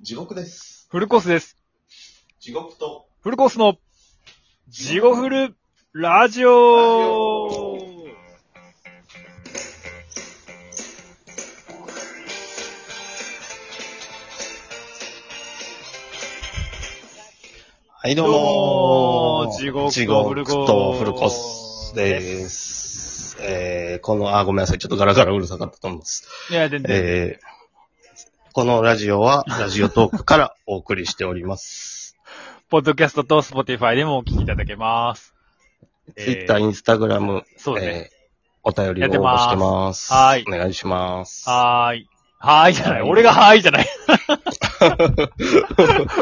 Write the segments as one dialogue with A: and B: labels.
A: 地獄です。
B: フルコースです。
A: 地獄と、
B: フルコースの、ジゴフルラジオ
C: はい、どうも
B: どうも地
C: 地獄
B: 獄とフルコース
C: とフルコースです。えー、この、あ、ごめんなさい。ちょっとガラガラうるさかったと思うんです。
B: いや、全然。
C: えー、このラジオは、ラジオトークからお送りしております。
B: ポッドキャストとスポティファイでもお聞きいただけます。えー
C: ツイッター、インスタグラム、
B: そうですね。
C: えーお便りを
B: やって
C: 応
B: ま
C: 募
B: す
C: してます。
B: はい
C: お願いします。
B: はーい。はーいじゃない。
C: はい
B: 俺がはーい じゃない。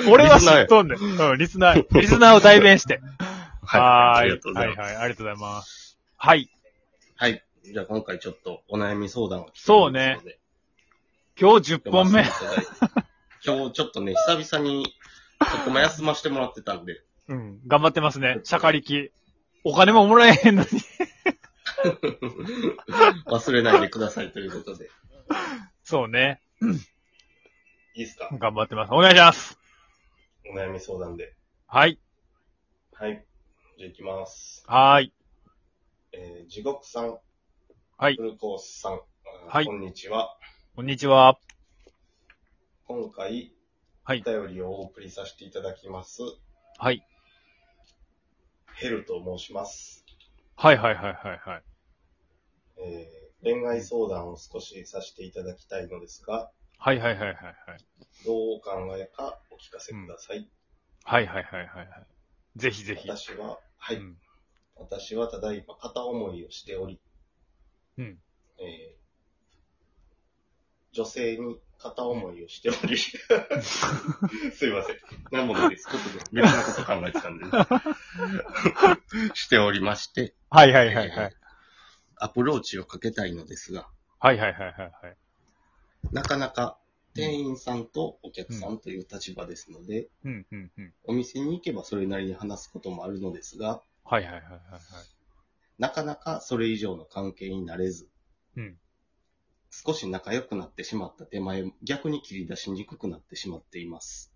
B: 俺は知っとんねん。うん、リス ナー、リスナーを代弁して。
C: はい。あ
B: ー
C: りがとうございます。
B: はいはい、ありがとうございます。はい。
C: はい。じゃあ今回ちょっとお悩み相談を来て
B: そうね
C: ますので。
B: 今日10本目。
C: 今日ちょっとね、久々に、ちょっとまあ休ましてもらってたんで、
B: うん、頑張ってますね。シャカリキ。お金ももらえへんのに。
C: 忘れないでくださいということで。
B: そうね。
C: いいですか
B: 頑張ってます。お願いします。
C: お悩み相談で。
B: はい。
C: はい。じゃあ行きます。
B: はーい。
C: えー、地獄さん。
B: はい
C: フルコースさん。あー
B: はい
C: こんにちは。
B: こんにちは。
C: 今回、
B: はい
C: お便りをお送りさせていただきます。
B: はい。
C: ヘルと申します。
B: はいはいはいはいはい。
C: えー、恋愛相談を少しさせていただきたいのですが、
B: はいはいはいはいはい。
C: どうお考えかお聞かせください。
B: はいはいはいはいはい。ぜひぜひ。
C: 私は、はい、
B: うん
C: 私はただいま片思いをしており、
B: うん。
C: えー女性に片思いをして おり、すいません。なものです。ちょっと別なこと考えてたんで、 しておりまして、
B: はいはいはいはい。
C: アプローチをかけたいのですが、
B: はいはいはいはいはい。
C: なかなか店員さんとお客さんという立場ですので、
B: うんうんうん。
C: お店に行けばそれなりに話すこともあるのですが、
B: はいはいはいはいはい。
C: なかなかそれ以上の関係になれず、
B: うん
C: 少し仲良くなってしまった手前、逆に切り出しにくくなってしまっています。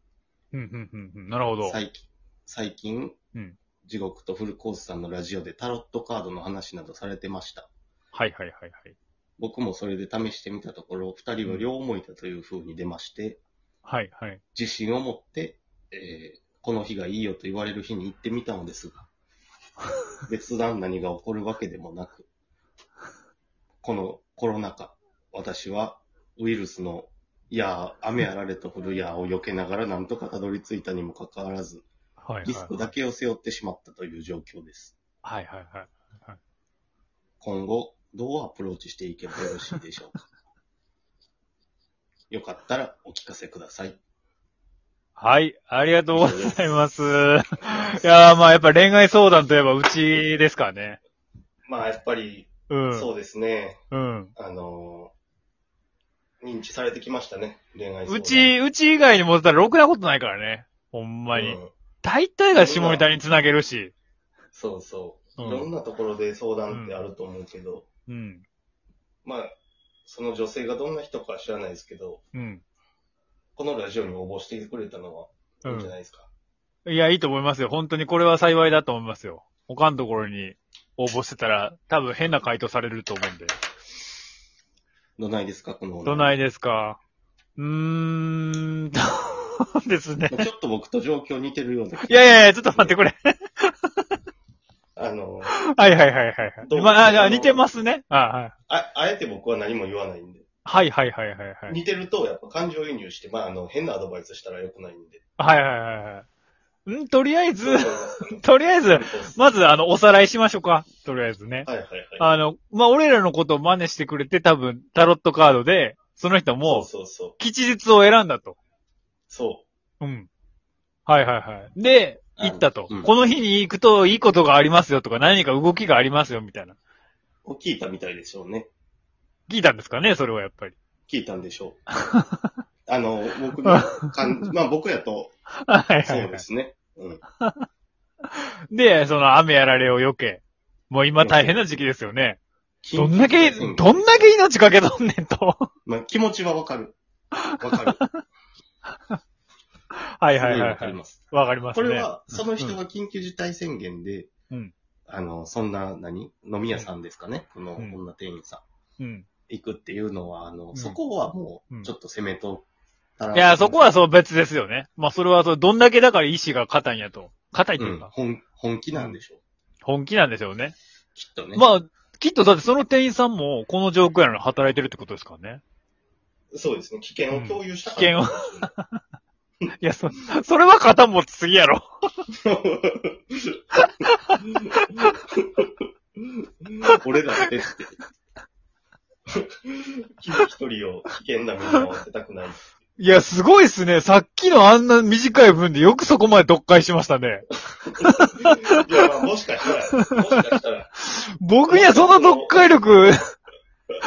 B: うんうんうんうん。なるほど。
C: 最近、最近、
B: うん
C: 地獄とフルコースさんのラジオでタロットカードの話などされてました。
B: はいはいはいはい。
C: 僕もそれで試してみたところ、二人は両思いだという風に出まして、
B: はいはい。
C: 自信を持って、えーこの日がいいよと言われる日に行ってみたのです が、別段何が起こるわけでもなく、このコロナ禍、私はウイルスの、いやー、雨あられと降るやーを避けながらなんとかたどり着いたにもかかわらず、
B: はいはい。
C: リスクだけを背負ってしまったという状況です。
B: はいはいはい。
C: 今後、どうアプローチしていけばよろしいでしょう か。よかったらお聞かせください。
B: はい、ありがとうございます。いやーまあやっぱ恋愛相談といえばうちですからね。
C: まあ、やっぱり、
B: うん。
C: そうですね。
B: うん。
C: あのー認知されてきましたね、恋愛相談
B: う、ち、うち以外にもったらろくなことないからね。ほんまに。
C: うん
B: 大体が下ネタにつなげるし。
C: そうそう。
B: うん
C: いろんなところで相談ってあると思うけど、
B: うん。
C: まあ、その女性がどんな人かは知らないですけど、
B: うん。
C: このラジオに応募してくれたのは
B: う
C: いいんじ
B: ん
C: ゃ。ないですか。
B: いや、いいと思いますよ。本当にこれは幸いだと思いますよ。他のところに応募してたら、多分変な回答されると思うんで。
C: どないですか、この。。
B: どないいですかうーん、そうですね。
C: ちょっと僕と状況似てるような気が。
B: いやいやいや、ちょっと待ってくれ。
C: あのー
B: はいはいはいはい
C: どう。
B: まああ、じゃあ似てますね。あはい
C: あ、あえて僕は何も言わないんで。
B: はいはいはいはいはい。
C: 似てると、やっぱ感情移入して、まあ、あの、変なアドバイスしたら良くないん で。
B: はいはいはいはい。んとりあえず、
C: は
B: とりあえず、
C: い
B: まずあの、おさらいしましょうか。とりあえずね。
C: はいはい。
B: あの、まあ、俺らのことを真似してくれて、多分、タロットカードで、その人も、
C: そうそうそう。
B: 吉日を選んだと。
C: そ
B: うん。はいはいはい。で、
C: あの
B: 行ったと。
C: うん
B: この日に行くといいことがありますよとか、何か動きがありますよみたいな。
C: う。を聞いたみたいでしょうね。
B: 聞いたんですかね、それはやっぱり。
C: 聞いたんでし ょう。あの、僕の感じ、まあ僕やと、
B: はいは
C: そう
B: いは
C: で
B: い。
C: すね。うん。
B: で、その雨やられを避け。もう今大変な時期ですよね。どんだけ、
C: うん
B: どんだけ命かけとんねんと。
C: まあ気持ちはわかる。わかる。
B: はい
C: すご
B: はい
C: い
B: はい
C: わか
B: は
C: り
B: い。
C: ます。
B: わかります
C: こ
B: ね。
C: れは、その人が緊急事態宣言で、
B: うん
C: あの、そんな何、飲み屋さんですかね、この
B: うん
C: 女店員さん。
B: うん。
C: 行くっていうのは、あの、
B: ん
C: そこはも
B: う
C: う、
B: ん
C: ちょっと攻めと、足らん
B: いや、そこはそう別ですよね。まあそれはそう、どんだけだから意志が硬いんやと。硬いと
C: う、
B: いうんか、
C: 本、本気なんでしょう。
B: 本気なんですよね。
C: きっとね。
B: まあ、きっとだってその店員さんもこの状況やのに働いてるってことですからね。
C: そうですね。危険を共有した
B: 危険を。いや、そ、 それは肩持ちすぎやろ。
C: 俺らってって。君一人を危険な目に合わせた くない。
B: いや、すごいっすね。さっきのあんな短い分でよくそこまで読解しましたね。
C: いや、まあ、もしかしたら、もしかしたら、
B: 僕にはそんな読解力、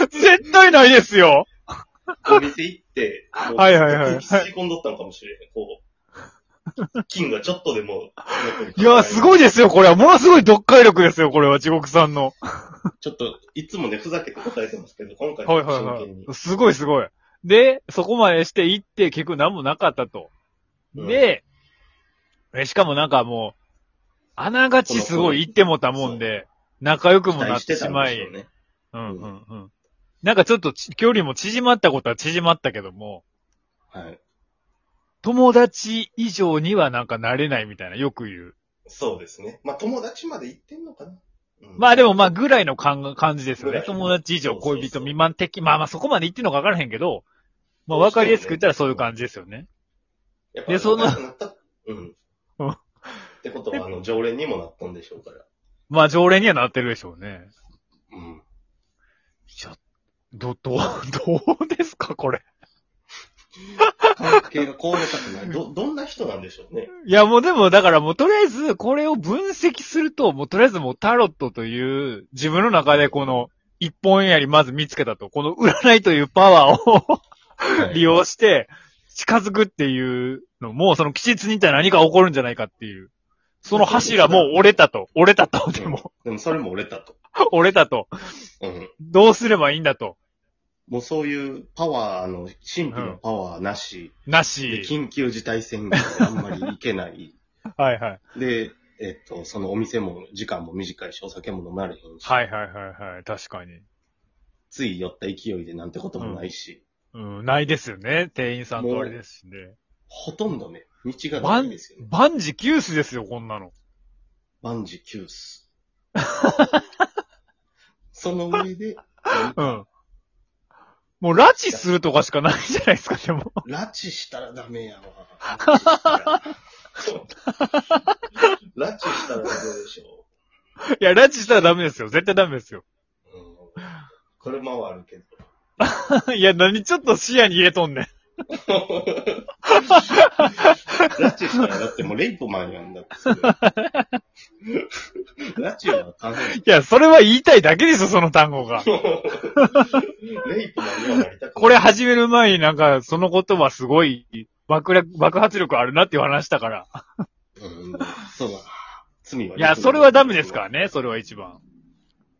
B: 絶対ないですよ。
C: お店行って、もう
B: はいはいはい
C: 空気吸い込んどったのかもしれへん。こう、菌がちょっとでも残る。
B: いや、すごいですよ、これは。ものすごい読解力ですよ、これは、地獄さんの。
C: ちょっと、いつもね、ふざけて答えてますけど、今回
B: はい
C: は
B: はいは
C: 真剣に。
B: い。すごいすごい。で、そこまでして行って、結局何もなかったと。
C: うん
B: で、えしかもなんかもう、あながちすごい行ってもたもんで、仲良くもなってしまい、
C: 期待てたんでしょうね
B: うんうんうん。なんかちょっとち距離も縮まったことは縮まったけども、
C: はい。
B: 友達以上にはなんかなれないみたいな、よく言う。
C: そうですね。まあ、友達まで行ってんのかな。うん
B: まあでもまあぐらいの感感じですよ
C: ぐ
B: ね。
C: らい
B: 友達以上
C: そうそうそう
B: 恋人未満的。まあまあそこまで言ってんのかわからへんけど、まあわかりやすく言ったらそういう感じですよね。
C: やっぱ
B: でその
C: 仲良くなったうん。
B: うん
C: ってことは、あの、常連にもなったんでしょうから。
B: まあ常連にはなってるでしょうね。
C: うん。
B: ちょど、どう、 どうですかこれ。
C: 関係がこうなったくない。ど、どんな人なんでしょうね。
B: いやもうでもだからもうとりあえずこれを分析すると、もうとりあえずもうタロットという自分の中でこの一本やりまず見つけたと。この占いというパワーを 利用して近づくっていうのも、その吉日にいたら何か起こるんじゃないかっていう。その柱も折れたと。折れたと。でも、
C: でもそれも俺だと。
B: 折れたと。
C: うん。
B: どうすればいいんだと。
C: もうそういうパワー、あの、神秘のパワーなし、
B: な
C: で
B: し。
C: 緊急事態宣言であんまり行けない。
B: はいはい。
C: で、えっと、そのお店も、時間も短いし、お酒も飲まれへんし、
B: はいはいはいはい。確かに。
C: つい酔った勢いでなんてこともないし、
B: うん、ないですよね。店員さんとあれですしね。
C: ほとんどね、道がないん
B: 万
C: ですよね。、
B: 万事休すですよ、こんなの。
C: 万事休 す。その上で、
B: うん。もう拉致するとかしかないじゃないですか、でも。
C: 拉致したらダ メやわ。拉致したら拉致したらダメでしょ
B: いや、拉致したらダメですよ。絶対ダメですよ。
C: う。うん、車はあるけど。
B: いや、何ちょっと視野に入れとんねん。
C: 拉致したらだってもうレイプマンやんだってそれ。拉致は 完全に
B: いや、それは言いたいだけですよ、その単語が。
C: レイプマンにはなりたくない。
B: これ始める前になんか、その言葉すごい爆裂爆発力あるなっていう話したから。
C: うん、そうだ。罪は。
B: いや、それはダメですから。ね、それは一番。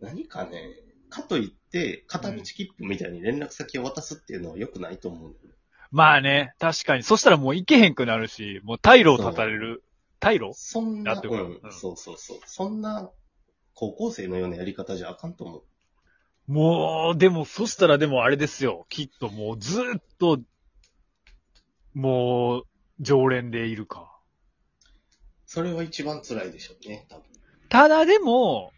C: 何かね、かといって、片道切符みたいに連絡先を渡すっていうのは良くないと思うんだよね。
B: まあね、確かに。そしたらもう行けへんくなるし、もう退路を断たれる。退路
C: そん
B: だ
C: な、
B: って
C: う
B: こと
C: ん
B: う、ん
C: そうそうそう。そんな、高校生のようなやり方じゃあかんと思う。
B: もう、でも、そしたらでもあれですよ。きっともうずーっと、もう、常連でいるか。
C: それは一番辛いでしょうね、多分。
B: ただでも、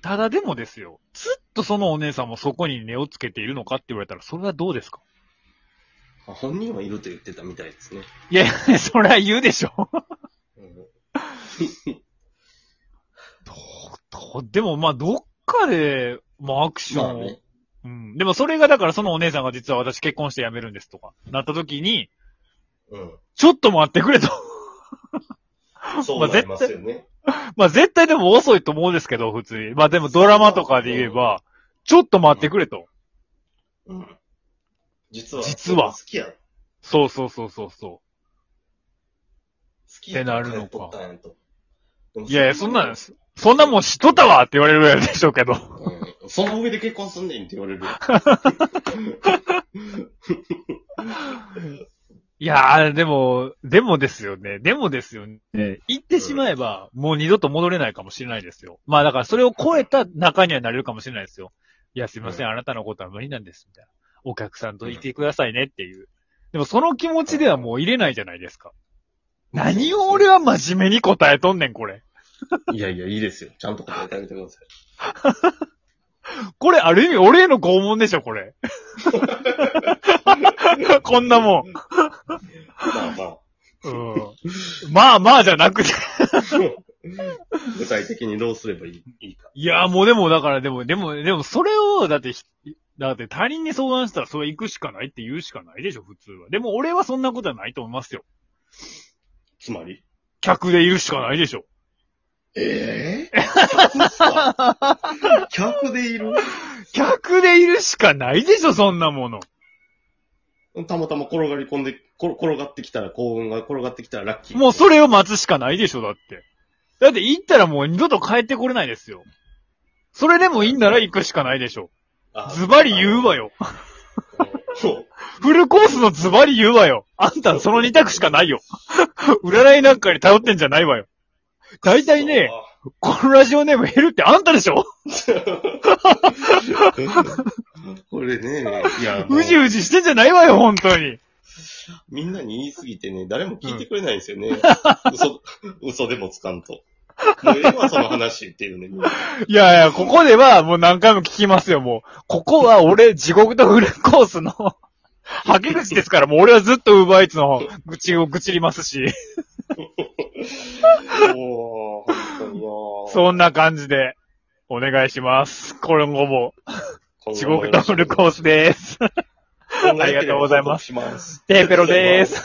B: ただでもですよ。ずっとそのお姉さんもそこに根をつけているのかって言われたら、それはどうですか
C: まあ本人はいると言ってたみたいですね。
B: いや、それは言うでしょ。
C: うん
B: どうでも、まあ、どっかで、まあ、アクショ
C: まあ
B: ンを、
C: ね。
B: うん。でも、それがだから、そのお姉さんが実は私結婚して辞めるんですとか、なった時に、
C: うん。
B: ちょっと待ってくれと。
C: そうなりますよね。
B: まあ、絶対でも遅いと思うんですけど、普通に。まあ、でもドラマとかで言えば、ちょっと待ってくれと。
C: うん。実は、
B: 実は
C: 好きや。好
B: そうそうそうそうそ
C: きや。
B: ってなるのか
C: 帰っとったんやと。でも
B: う。いやいや、そんなん、そんなもん知っとったわって言われるやつでしょうけど。
C: うんその上で結婚 すんねんって言われる。
B: いやー、でも、でもですよね。でもですよね。行ってしまえば、もう二度と戻れないかもしれないですよ。まあだから、それを超えた中にはなれるかもしれないですよ。いや、すいません、あなたのことは無理なんです、みたいな。お客さんといてくださいねっていう。でも、その気持ちではもう入れないじゃないですか。何を俺は真面目に答えとんねん、これ。
C: いやいや、いいですよ。ちゃんと答えてあげてください。
B: これ、ある意味、俺への拷問でしょ、これ。 こんな もん。
C: まあまあ、
B: うん。まあまあじゃなくて。
C: 具体的にどうすればいいいいか。
B: いや、もうでも、だから、でも、でも、でも、それを、だってひ、だって他人に相談したら、それ行くしかないって言うしかないでしょ、普通は。でも、俺はそんなことはないと思いますよ。
C: つまり。
B: 客でいるしかないでしょ。
C: ええ客っすか客でいる
B: 客でいるしかないでしょ、そんなもの。
C: たまたま転がり込んで、転転がってきたら幸運が転がってきたらラッキー。
B: もうそれを待つしかないでしょ、だって。だって行ったらもう二度と帰ってこれないですよ。それでもいいんなら行くしかないでしょ。
C: あ
B: ズバリ言うわ。よ。
C: そう。
B: フルコースのズバリ言うわよ。あんたその二択しかないよ。 占いなんかに頼ってんじゃないわよ。大体ね、このラジオネーム減るってあんたでしょ
C: これね、いや、もう
B: うじうじしてんじゃないわよ、本当に。
C: みんなに言いすぎてね、誰も聞いてくれないんですよね。嘘、嘘でもつかんと。もうええわ、その話っていうね。
B: いやいや、ここではもう何回も聞きますよ、もう。ここは俺、地獄とフルコースの、 はけ口ですから、もう俺はずっとウーバーイーツの愚痴を愚痴りますし、
C: もう、本当によ。
B: そんな感じで、お願いします。今後も、
C: う
B: 地獄とフルコースです。ありがとうございます
C: します。
B: テーペロです。